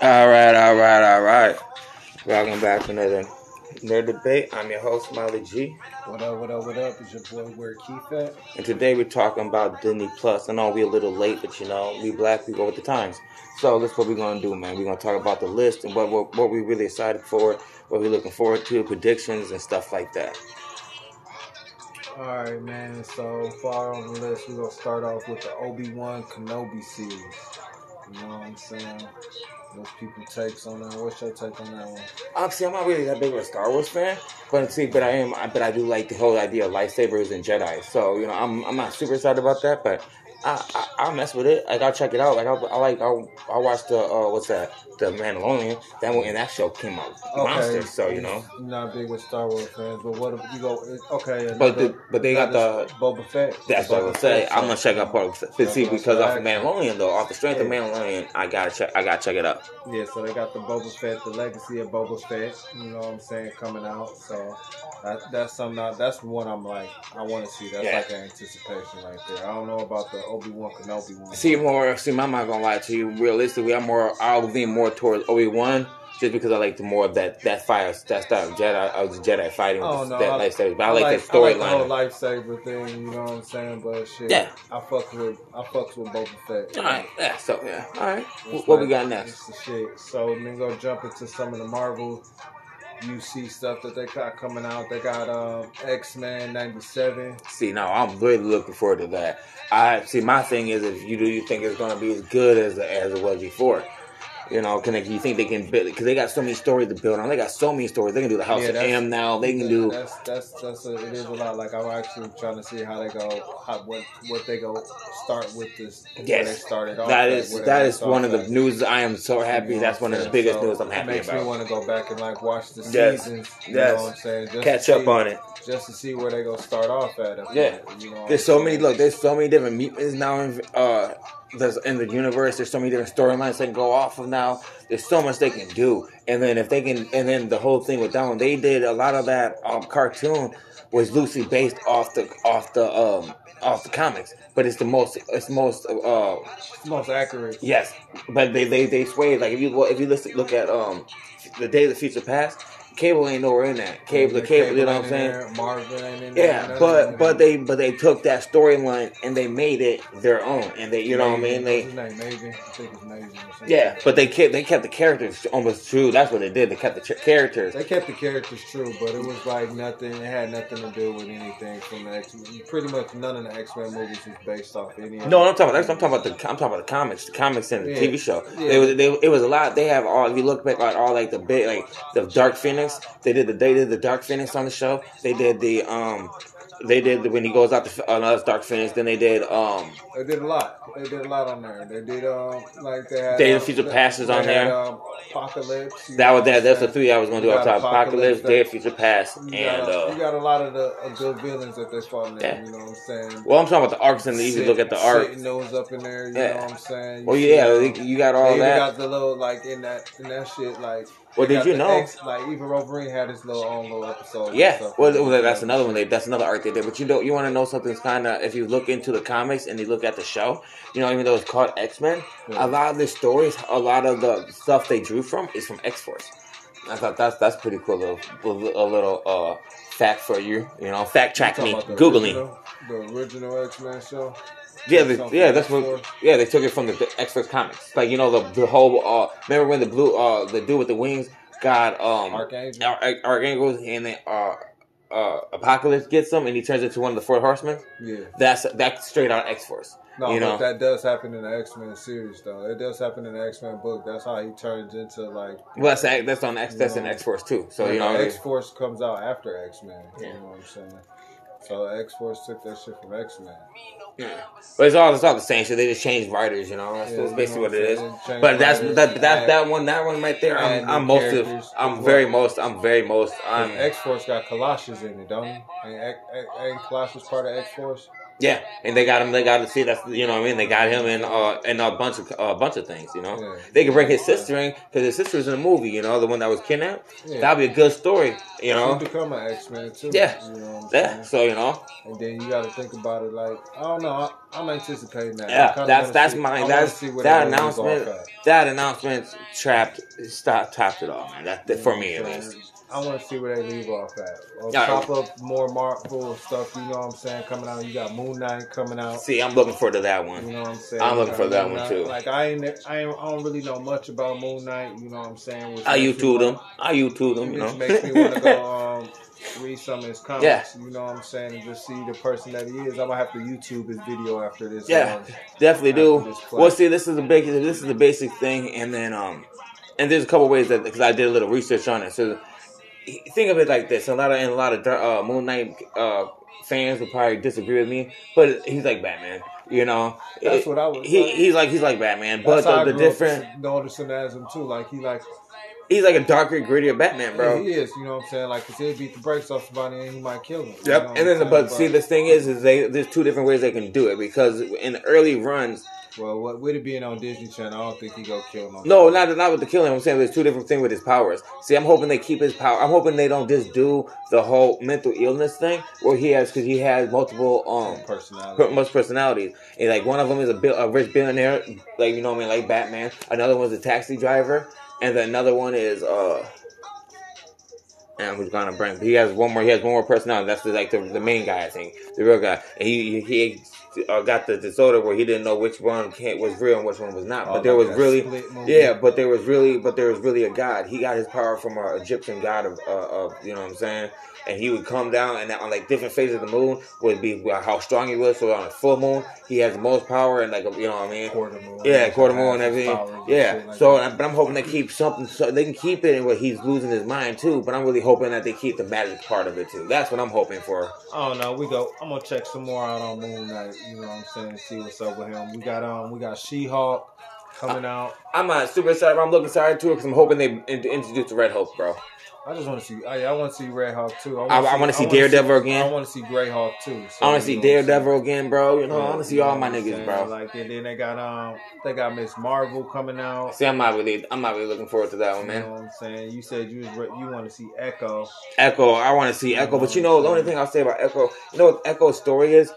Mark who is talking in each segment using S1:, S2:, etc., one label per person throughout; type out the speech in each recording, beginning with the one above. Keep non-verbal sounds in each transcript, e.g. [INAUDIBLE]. S1: All right, all right, all right. Welcome back to another another debate. I'm your host, Molly G,
S2: What up, what up, what up? It's your boy Where Keith at?
S1: and today we're talking about Disney Plus. I know we're a little late, but you know we black we go with the times. So that's what we're gonna do, man. We're gonna talk about the list and what what, what we really excited for, what we're looking forward to, predictions and stuff like that.
S2: Alright, man, so far on the list, we're gonna start off with the Obi-Wan Kenobi series. You know what I'm saying? Those people takes on that. What's your take on that one?
S1: Obviously, I'm not really that big of a Star Wars fan, but see, but I am, I- but I do like the whole idea of lightsabers and Jedi. So you know, I'm I'm not super excited about that, but I I, I mess with it. Like I'll check it out. Like I, I like I I watched the uh, what's that the Mandalorian that one and that show came out monster. So you know,
S2: you're not big with Star Wars fans, but what if you go? Okay,
S1: But the- but they got
S2: another
S1: the-
S2: Boba Fett.
S1: that's what I
S2: Boba
S1: would say.
S2: Fett
S1: I'm gonna check out
S2: section.
S1: part of it. See,
S2: That's what
S1: because off
S2: I
S1: of
S2: said.
S1: Mandalorian though, off the strength of
S2: Yeah.
S1: Mandalorian, I gotta check. I gotta check it out.
S2: Yeah, so they got the Boba Fett, the legacy of Boba Fett, you know what I'm saying, coming out. So that, that's something I, that's one I'm like, I want to see. That's
S1: Yeah.
S2: like an anticipation right there. I don't know about the Obi Wan Kenobi one.
S1: See more. See, I'm not gonna lie to you. Realistically, I'm more. I'll lean more towards Obi Wan just because I like the more of that that fire, that style of Jedi, of the Jedi fighting
S2: Oh
S1: with
S2: no!
S1: that lightsaber. But I, like, that
S2: I like the whole
S1: storyline.
S2: lifesaver thing, you know what I'm saying? But shit,
S1: Yeah.
S2: I fucks with I fucks with Boba Fett.
S1: all right. Yeah. So yeah. All right. Wh-
S2: It's
S1: What, we
S2: like-
S1: got next?
S2: It's the shit. So then go jump into some of the Marvel UC stuff that they got coming out. They got um, X Men '97.
S1: See, now I'm really looking forward to that. I see. My thing is, if you do, you think it's gonna be as good as as it was before. You know, can they, you think they can build? Because they got so many stories to build on. They got Oh, so many stories. They can do the House
S2: Yeah,
S1: of
S2: that's-
S1: M now. They can
S2: Yeah,
S1: do.
S2: That's that's that's a, it is a lot. Like I'm actually trying to see how they go, how what what they go start with this. where they
S1: Yes,
S2: started off.
S1: that
S2: at,
S1: is
S2: where they
S1: that
S2: left
S1: is one
S2: off
S1: of the
S2: at.
S1: news I am so
S2: You
S1: happy.
S2: know
S1: That's
S2: what
S1: one
S2: I'm
S1: of the
S2: saying?
S1: biggest
S2: So,
S1: news I'm
S2: it
S1: happy
S2: makes me
S1: about.
S2: want to go back and like watch the
S1: Yes.
S2: seasons. You
S1: Yes.
S2: know what I'm saying? Just to
S1: Catch up
S2: see-
S1: on it.
S2: Just to see where they go start off at. up
S1: Yeah.
S2: there, you know what
S1: There's
S2: I'm
S1: so many
S2: saying?
S1: look. There's so many different mutants now in uh, there's in the universe. There's so many different storylines they can go off of now. There's so much they can do. And then if they can, and then the whole thing with that one, they did a lot of that um, cartoon was loosely based off the off the um off the comics. But it's the most it's most uh
S2: It's most accurate.
S1: Yes, but they they they swayed. Like if you if you listen, look at um the Days of Future Past, Cable ain't nowhere in that. Cable, the cable, you know what I'm
S2: ain't
S1: saying?
S2: in there, Marvin ain't in there, none
S1: Yeah,
S2: of
S1: but
S2: them.
S1: but they but they took that storyline and they made it their own, and they you know what I mean?
S2: Maven,
S1: They
S2: what's his name? Maven. I think it's Maven. or something.
S1: yeah, but they kept they kept the characters almost true. That's what they did. They kept the ch- characters.
S2: They kept the characters true, but it was like nothing. It had nothing to do with anything from the X. Men. Pretty much none of the X Men movies was based off any.
S1: No, I'm talking about. That's, I'm talking about the. I'm talking about the comics, the comics and the
S2: Yeah.
S1: TV show.
S2: Yeah.
S1: It was. They, it was a lot. They have all. If you look back at all like the big, like the Dark Phoenix. They did the. They did the Dark Phoenix on the show. They did the. Um. They did the, when he goes out to uh, another Dark Phoenix. Then they did. Um.
S2: They did a lot. They did a lot on there. They did um like they had
S1: They had
S2: um,
S1: Future
S2: they-
S1: Passes
S2: they
S1: on
S2: had,
S1: there.
S2: Um, Apocalypse. you
S1: That
S2: know
S1: was
S2: what
S1: that.
S2: I'm
S1: That's the
S2: saying?
S1: three I was gonna do.
S2: You
S1: off top.
S2: got
S1: Apocalypse,
S2: Apocalypse,
S1: Dead Future Past,
S2: You
S1: and
S2: got, a, you
S1: uh.
S2: got a lot of the uh, good villains that they fought in there.
S1: Yeah.
S2: You know what I'm saying?
S1: Well, I'm talking about the arcs and the. If you look at the arc.
S2: nose up in there. You
S1: Yeah.
S2: know what I'm saying?
S1: Well,
S2: see,
S1: yeah,
S2: um,
S1: you got
S2: They
S1: all
S2: even
S1: that.
S2: got the little like in that in that shit like.
S1: Well,
S2: they
S1: did
S2: got
S1: you
S2: the
S1: know-
S2: X- like even Wolverine had his little own little episode. and
S1: Yeah,
S2: stuff.
S1: well, th- well, that's another one. They, that's another arc they did. But you know, you want to know something's kind of if you look into the comics and you look at the show, you know, even though it's called X Men,
S2: Yeah.
S1: a lot of the stories, a lot of the stuff they drew from is from X Force. I thought that's that's pretty cool. Little, a little- a little uh, fact for you, you know, fact
S2: You
S1: check
S2: talking
S1: me,
S2: about the
S1: googling.
S2: original- the original X Men show.
S1: Yeah, the,
S2: Something
S1: yeah, that's what.
S2: X-Force?
S1: Yeah, they took it from the X Force comics. Like you know, the the whole. Uh, remember when the blue, uh, the dude with the wings got um
S2: Archangel.
S1: Ar- Ar- Archangel and then uh, uh, Apocalypse gets him, and he turns into one of the four horsemen.
S2: Yeah.
S1: That's that's straight out X Force.
S2: No,
S1: you
S2: but
S1: know,
S2: that does happen in the X Men series, though. It does happen in the X Men book. That's how he turns into like.
S1: well, that's that's on X. That's in
S2: No.
S1: X Force too. So you know,
S2: X Force comes out after X Men.
S1: Yeah.
S2: You know what I'm saying? So X Force took that shit from X Men.
S1: yeah. but it's all it's all the same. So they just changed writers. You know, that's, that's basically what it is. But that's that that that one that one right there.
S2: add
S1: I'm,
S2: new
S1: I'm most of,
S2: characters.
S1: I'm very most. I'm very most. I'm
S2: X Force got Colossus in it, don't he? Ain't, X- Ain't- ain't Colossus part of X Force?
S1: Yeah, and they got him. They got to see that's you know what I mean. They got him in uh in a bunch of a bunch of things. You know,
S2: Yeah.
S1: they could bring his sister in because his sister was in the movie. You know, the one that was kidnapped.
S2: Yeah.
S1: That'd be a good story. You
S2: You
S1: know,
S2: become an X Man too.
S1: Yeah.
S2: You know what I'm
S1: yeah.
S2: saying?
S1: So you know,
S2: And then you got to think about it like, I don't know. I, I'm anticipating that. I
S1: yeah.
S2: kinda
S1: That's
S2: wanna
S1: that's
S2: see- I
S1: mine.
S2: wanna
S1: That's
S2: see where
S1: that
S2: the wheels
S1: announcement.
S2: off at.
S1: That announcement trapped stop topped it all, man. That, that for me at
S2: Yeah.
S1: least.
S2: I want to see where they leave off at. On
S1: Yeah.
S2: top of more Marvel stuff, you know what I'm saying, coming out. You got Moon Knight coming out.
S1: See, I'm looking forward to that
S2: You
S1: one.
S2: know what I'm saying?
S1: I'm
S2: You
S1: looking
S2: got
S1: for that
S2: Moon
S1: one,
S2: Knight.
S1: too.
S2: Like I ain't, I ain't, I don't really know much about Moon Knight. You know what I'm saying? Which
S1: I
S2: makes me
S1: YouTube
S2: wanna-
S1: them. I YouTube them. You
S2: Which
S1: know.
S2: makes me want
S1: [LAUGHS]
S2: to go um, read some of his comics.
S1: Yeah.
S2: You know what I'm saying? And just see the person that he is. I'm gonna have to YouTube his video after this.
S1: Yeah,
S2: um,
S1: definitely
S2: After
S1: do.
S2: this play.
S1: Well, see, this is the basic. This is the basic thing, and then um, and there's a couple ways that because I did a little research on it. So think of it like this: a lot of and a lot of uh, Moon Knight uh, fans would probably disagree with me, but he's like Batman. You know,
S2: That's
S1: It-
S2: what I was
S1: He,
S2: like.
S1: he's like he's like Batman, but
S2: That's how I
S1: the, the
S2: grew up
S1: different
S2: noticing as him too. Like he like
S1: he's like a darker, grittier Batman, bro.
S2: Yeah, he is. You know what I'm saying? Like, 'cause he'll beat the brakes off somebody and he might kill him.
S1: Yep. and then, the, but see, the thing is, is they there's two different ways they can do it because in the early runs,
S2: well, what, with it being on Disney Channel, I don't think he gonna kill nobody.
S1: No, not not with the killing. I'm saying there's two different things with his powers. See, I'm hoping they keep his power. I'm hoping they don't just do the whole mental illness thing where he has because he has multiple um per-
S2: personality.
S1: most personalities. And like one of them is a, bill, a rich billionaire, like you know what I mean, like Batman. Another one's a taxi driver, and then another one is uh. And we're gonna bring. He has one more. He has one more personality. That's the, like the, the main guy, I think, the real guy. And he he, he uh, got the disorder where he didn't know which one can was real and which one was not.
S2: Oh,
S1: [LAUGHS] But there
S2: like
S1: was
S2: that
S1: really,
S2: split movie.
S1: yeah. But there was really, but there was really a god. He got his power from a Egyptian god of, uh, of you know what I'm saying. And he would come down, and on like different phases of the moon would be uh, how strong he was. So on a full moon, he has the most power, and like you know what I mean.
S2: Quarter moon.
S1: Yeah, quarter moon and everything.
S2: Powers and
S1: Yeah.
S2: shit like
S1: so,
S2: that.
S1: but I'm hoping they keep something. So they can keep it, where he's losing his mind too. But I'm really hoping that they keep the magic part of it too. That's what I'm hoping for.
S2: I don't know. Oh, We go. I'm gonna check some more out on Moon Knight. You know what I'm saying? See what's up with him. We got um, we got She-Hulk coming out.
S1: I'm not super excited. But I'm looking excited too because I'm hoping they in- introduce the Red Hulk, bro.
S2: I just want to see. I, I want to see Red Hawk too.
S1: I- I wanna see Daredevil again.
S2: I want to see Grey Hawk too. So,
S1: I want to see
S2: you know what I'm saying?
S1: Daredevil again, bro. You know, I want to see
S2: You know
S1: all
S2: what
S1: my
S2: I'm
S1: niggas,
S2: saying?
S1: bro.
S2: Like, and then they got um, they got Miss Marvel coming out.
S1: See, I'm not really, I'm not really looking forward to that one,
S2: You know
S1: man.
S2: what I'm saying? You said you was re- you want to see Echo.
S1: Echo, I want to see Echo, but you know, the only thing I'll say about Echo, you know what Echo's story is?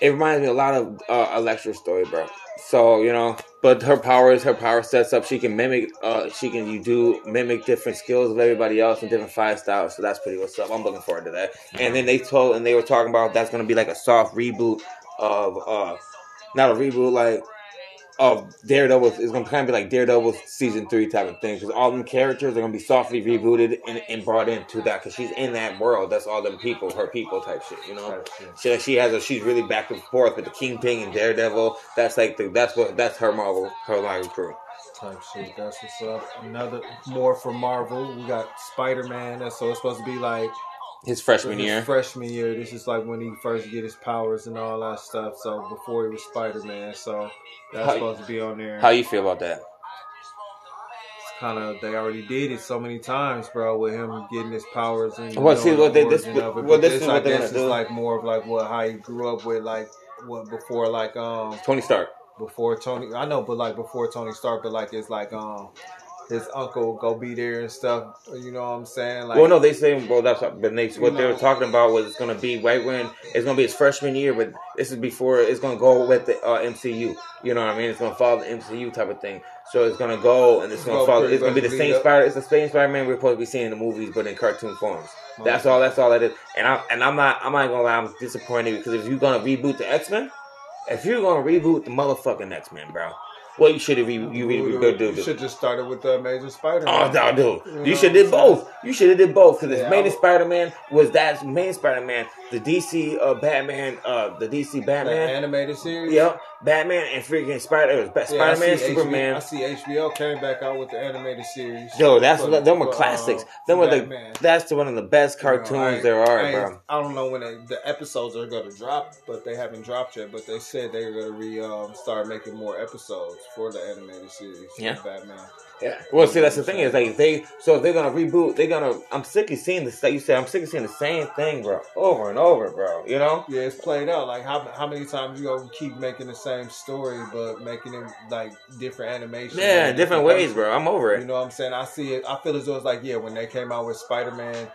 S1: It reminds me a lot of uh, Electra's story, bro. So you know, but her power is her power sets up. She can mimic, uh, she can you do mimic different skills of everybody else and different five styles. So that's pretty what's up. I'm looking forward to that. And then they told, and they were talking about that's gonna be like a soft reboot of, uh, not a reboot like of Daredevil is going to kind of be like Daredevil season three type of thing because all them characters are going to be softly rebooted and, and brought into that because she's in that world. That's all them people, her people type shit, you know.
S2: Type shit.
S1: She, she has a she's really back and forth with the Kingpin and Daredevil. That's like the that's what that's her Marvel her Marvel crew.
S2: Type shit. That's what's up. Another more for Marvel. We got Spider Man. That's so it's supposed to be like
S1: His freshman
S2: his
S1: year,
S2: freshman year. This is like when he first get his powers and all that stuff. So before he was Spider Man. So that's
S1: How-
S2: supposed to be on there.
S1: how you feel about that?
S2: kind of they already did it so many times, bro, with him getting his powers and
S1: Well, see,
S2: knowing
S1: what
S2: the
S1: they- this-
S2: origin of
S1: well,
S2: it. But
S1: this is
S2: I
S1: what they're
S2: guess, is
S1: gonna do.
S2: like more of like what how he grew up with, like what before like um
S1: Tony Stark.
S2: before Tony, I know, but like before Tony Stark, but like it's like um his uncle go be there and stuff. You know what I'm saying? Like
S1: well, no, they say well that's what, but they, what they
S2: No.
S1: were talking about was it's going to be right when it's going to be his freshman year, but this is before it's going to go with the uh, MCU. You know what I mean? It's going to follow the MCU type of thing. So it's going to go and it's going
S2: Go
S1: to follow.
S2: pretty
S1: It's going to be
S2: much
S1: the
S2: lead
S1: same
S2: up.
S1: Spider. It's the same Spider Man we're supposed to be seeing in the movies, but in cartoon forms. That's
S2: Okay.
S1: all. That's all that is. And I and I'm not. I'm not gonna lie. I'm disappointed because if you're gonna reboot the X Men, if you're gonna reboot the motherfucking X Men, bro, well you should have re- you re- re- re- do-
S2: you should just started with the Amazing
S1: Oh
S2: [LAUGHS] Spider-Man.
S1: no, dude!
S2: You know
S1: You should
S2: what
S1: did
S2: I'm
S1: both. You should have did both because
S2: Yeah,
S1: his main
S2: I-
S1: Spider-Man was that main Spider-Man, the DC uh, Batman, uh, the DC
S2: That
S1: Batman.
S2: animated series.
S1: Yep, Batman and freaking Spider
S2: Yeah, I
S1: Spider Man,
S2: see HBO
S1: Superman.
S2: I see HBO came back out with the animated series.
S1: Yo, that's
S2: For-
S1: what, them were
S2: for, uh,
S1: classics.
S2: for
S1: them were
S2: Batman.
S1: the that's one of the best cartoons
S2: You know, I-
S1: there are,
S2: I,
S1: bro.
S2: I don't know when they, the episodes are going to drop, but they haven't dropped yet. But they said they're going to re um, start making more episodes for the animated series. for
S1: Yeah.
S2: Batman.
S1: Yeah. Well, see, that's the thing is like they so if they're gonna reboot, they're gonna. I'm sick of seeing this. Like you said, I'm sick of seeing the same thing, bro, over and over, bro. You know.
S2: Yeah, it's played out. Like how how many times you gonna keep making the same story, but making it like different animations?
S1: Yeah,
S2: and
S1: different ways,
S2: colors?
S1: bro. I'm over
S2: You
S1: it.
S2: know what I'm saying? I see it. I feel as though it's like, yeah, when they came out with Spider Man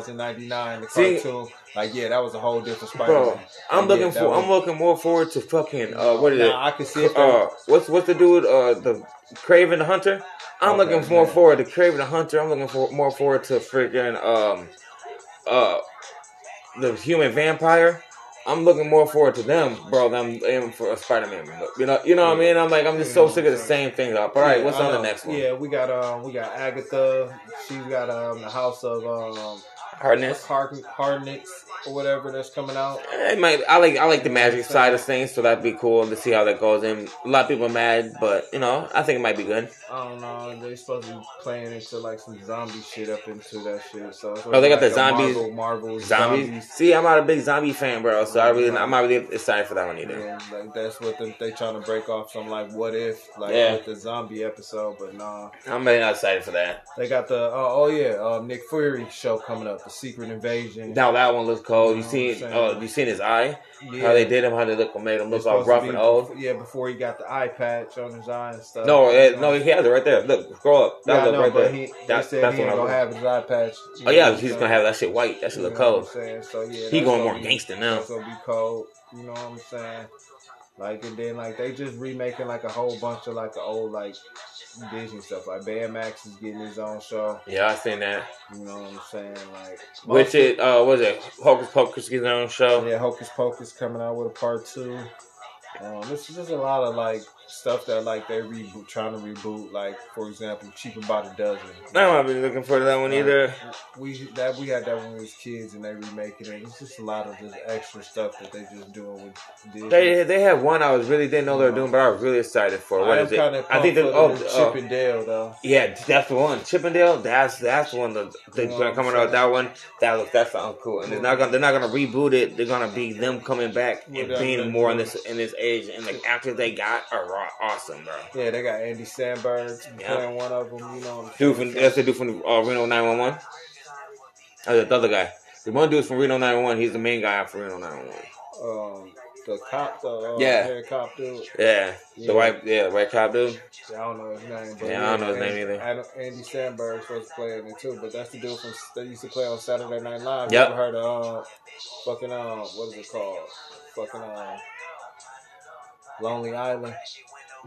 S2: 2099, the
S1: See-
S2: cartoon, like, yeah, that was a whole different Spider Man.
S1: Bro, I'm looking for. I'm looking more forward to fucking uh, what is it?
S2: Nah, I can see it. From,
S1: uh, what's what's the dude? Uh, the Craven the Hunter. I'm
S2: Okay,
S1: looking more
S2: yeah.
S1: forward to Craven the Hunter. I'm looking for more forward to freaking um, uh, the Human Vampire. I'm looking more forward to them, bro. Than I am for a Spider-Man. You know, you know what I mean. I'm like, I'm just so sick of the same thing. Up. All right,
S2: Yeah,
S1: what's
S2: I
S1: on the
S2: know.
S1: next one?
S2: Yeah, we got um, we got Agatha. She's got um, the House of um,
S1: Hardness. Eh,
S2: Hard- Hardness or whatever that's coming out.
S1: It might. I like. I like the magic side of things, so that'd be cool to see how that goes. And a lot of people are mad, but you know, I think it might be good.
S2: I don't know. They're supposed to be playing into like some zombie shit up into that shit. So it's
S1: Oh, they got
S2: like
S1: the
S2: a
S1: zombies-
S2: Marvel, Marvel
S1: Zombies. See, I'm not a big zombie fan, bro. So I really, I'm not really excited for that one either.
S2: Yeah, like that's what the, they trying to break off some like what if like
S1: Yeah.
S2: with the zombie episode, but nah,
S1: I'm really not excited for that.
S2: they got the oh, oh yeah um, Nick Fury show coming up, the Secret Invasion.
S1: Now that one looks cold. You see,
S2: Same.
S1: uh, you seen his eye?
S2: yeah,
S1: How they did him? How they look? Made him
S2: It's
S1: look all
S2: supposed to
S1: rough
S2: be
S1: and
S2: bef-
S1: old.
S2: Yeah, before he got the eye patch on his eye and stuff.
S1: No, eh, no, he has it right there. Look, scroll up.
S2: Yeah,
S1: That
S2: I
S1: look
S2: know,
S1: right
S2: but
S1: there.
S2: he,
S1: That-
S2: he said
S1: that's what
S2: he ain't
S1: I'm.
S2: gonna have his eye patch. you
S1: Oh
S2: know what
S1: yeah,
S2: I'm
S1: he's
S2: saying?
S1: gonna have that shit white. That shit
S2: You
S1: look
S2: know what I'm
S1: cold.
S2: saying? So yeah,
S1: He
S2: that's
S1: going
S2: gonna
S1: more
S2: be-
S1: gangster now.
S2: That's gonna be cold. You know what I'm saying? Like and then like they just remaking like a whole bunch of like the old like Disney stuff. Like Max is getting his own show.
S1: Yeah, I seen that.
S2: You know what I'm saying? Like
S1: Which it uh, what was it Hocus Pocus his own show?
S2: Oh, yeah, Hocus Pocus coming out with a part two. Um, this is just a lot of like stuff that like they reboot, trying to reboot. Like for example, Cheaper by the Dozen.
S1: I'm not really looking forward to that one either.
S2: We that we had that when we was kids, and they remaking it. It's just a lot of this extra stuff that they just doing with Disney.
S1: They they had one I was really didn't know they were doing, but I was really excited for. What
S2: I am
S1: is it?
S2: kind of
S1: I think
S2: they're
S1: they're oh, uh,
S2: Chip and Dale though.
S1: Yeah, that's the one. Chippendale, that's that's the one that they're
S2: You know what I'm
S1: coming out with
S2: saying?
S1: that one. That look that sounds cool. And they're not gonna they're not gonna reboot it. They're gonna be them coming back and
S2: Yeah,
S1: being
S2: yeah.
S1: more in this in this age and like after they got are raw awesome, bro.
S2: Yeah, they got Andy Sandberg
S1: Yeah.
S2: playing one of them. You know, what I'm
S1: Dude from that's the dude from uh, Reno nine one one. That's the other guy. The one dude's from Reno nine one one, he's the main guy for Reno nine one one.
S2: um, the cop, the uh,
S1: Yeah.
S2: Harry cop dude.
S1: Yeah.
S2: Yeah.
S1: The white yeah, white cop dude.
S2: I don't know his name. But
S1: Yeah, I don't know his name
S2: Andy-
S1: either.
S2: I don't- Andy Sandberg supposed to play in it too, but that's the dude from that used to play on Saturday Night Live.
S1: Yep.
S2: You ever heard of uh, fucking um, what is it called? Fucking um, Lonely Island.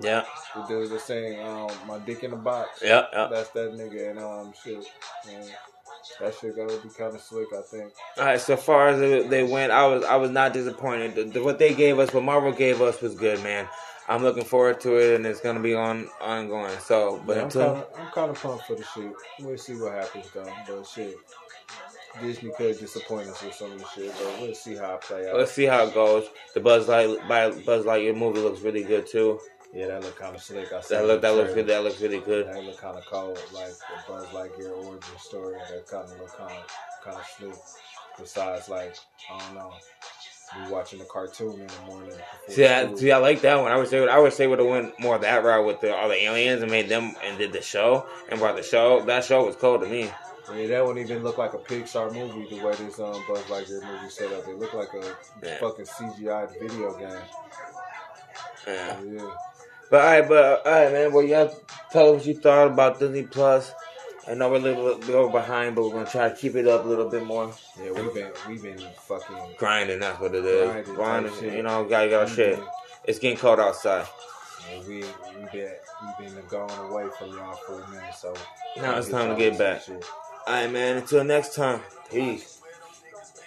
S1: Yeah.
S2: The dude that sang um, "My Dick in a Box."
S1: Yeah, yeah.
S2: That's that nigga and um shit. man. that shit gonna be kind of slick, I think.
S1: All right, so far as they- they went, I was I was not disappointed. The, the- what they gave us, what Marvel gave us, was good, man. I'm looking forward to it, and it's gonna be on ongoing. So, but
S2: But I'm
S1: until
S2: kind of I'm kind of pumped for the shit. We'll see what happens though. But shit, Disney could disappoint us with some of the shit. But we'll see how it play out.
S1: let's see how it goes. The Buzz Light by Buzz Lightyear movie looks really good too.
S2: Yeah, that look kind of slick. I seen
S1: That look
S2: the
S1: that looks
S2: trailer.
S1: good. That looks really good.
S2: That look kind of cold, like the Buzz Lightyear origin story. That kind of look kind of kind of slick. Besides, like I don't know, we watching a cartoon in the morning. before
S1: See, I,
S2: school.
S1: see, I like that one. I would say I would say would have went more that route with the, all the aliens and made them and did the show and brought the show. That show was cool to me.
S2: Yeah, that wouldn't even look like a Pixar movie the way this um, Buzz Lightyear movie set up. It looked like a
S1: Yeah.
S2: fucking CGI video game.
S1: Yeah.
S2: Yeah.
S1: But all right, but all right, man. Well, y'all tell us what you thought about Disney Plus. I know we're a little bit over behind, but we're gonna try to keep it up a little bit more.
S2: Yeah, we've been we've been fucking
S1: Grinding, that's what it is.
S2: Grinding,
S1: Grinding,
S2: type shit.
S1: you know, gotta get our shit. It's getting cold outside.
S2: Yeah, we we been we been gone away from y'all for a minute, so
S1: Now it's
S2: Get
S1: time to
S2: y'all
S1: get
S2: some
S1: back.
S2: shit.
S1: All right, man. Until next time. Peace.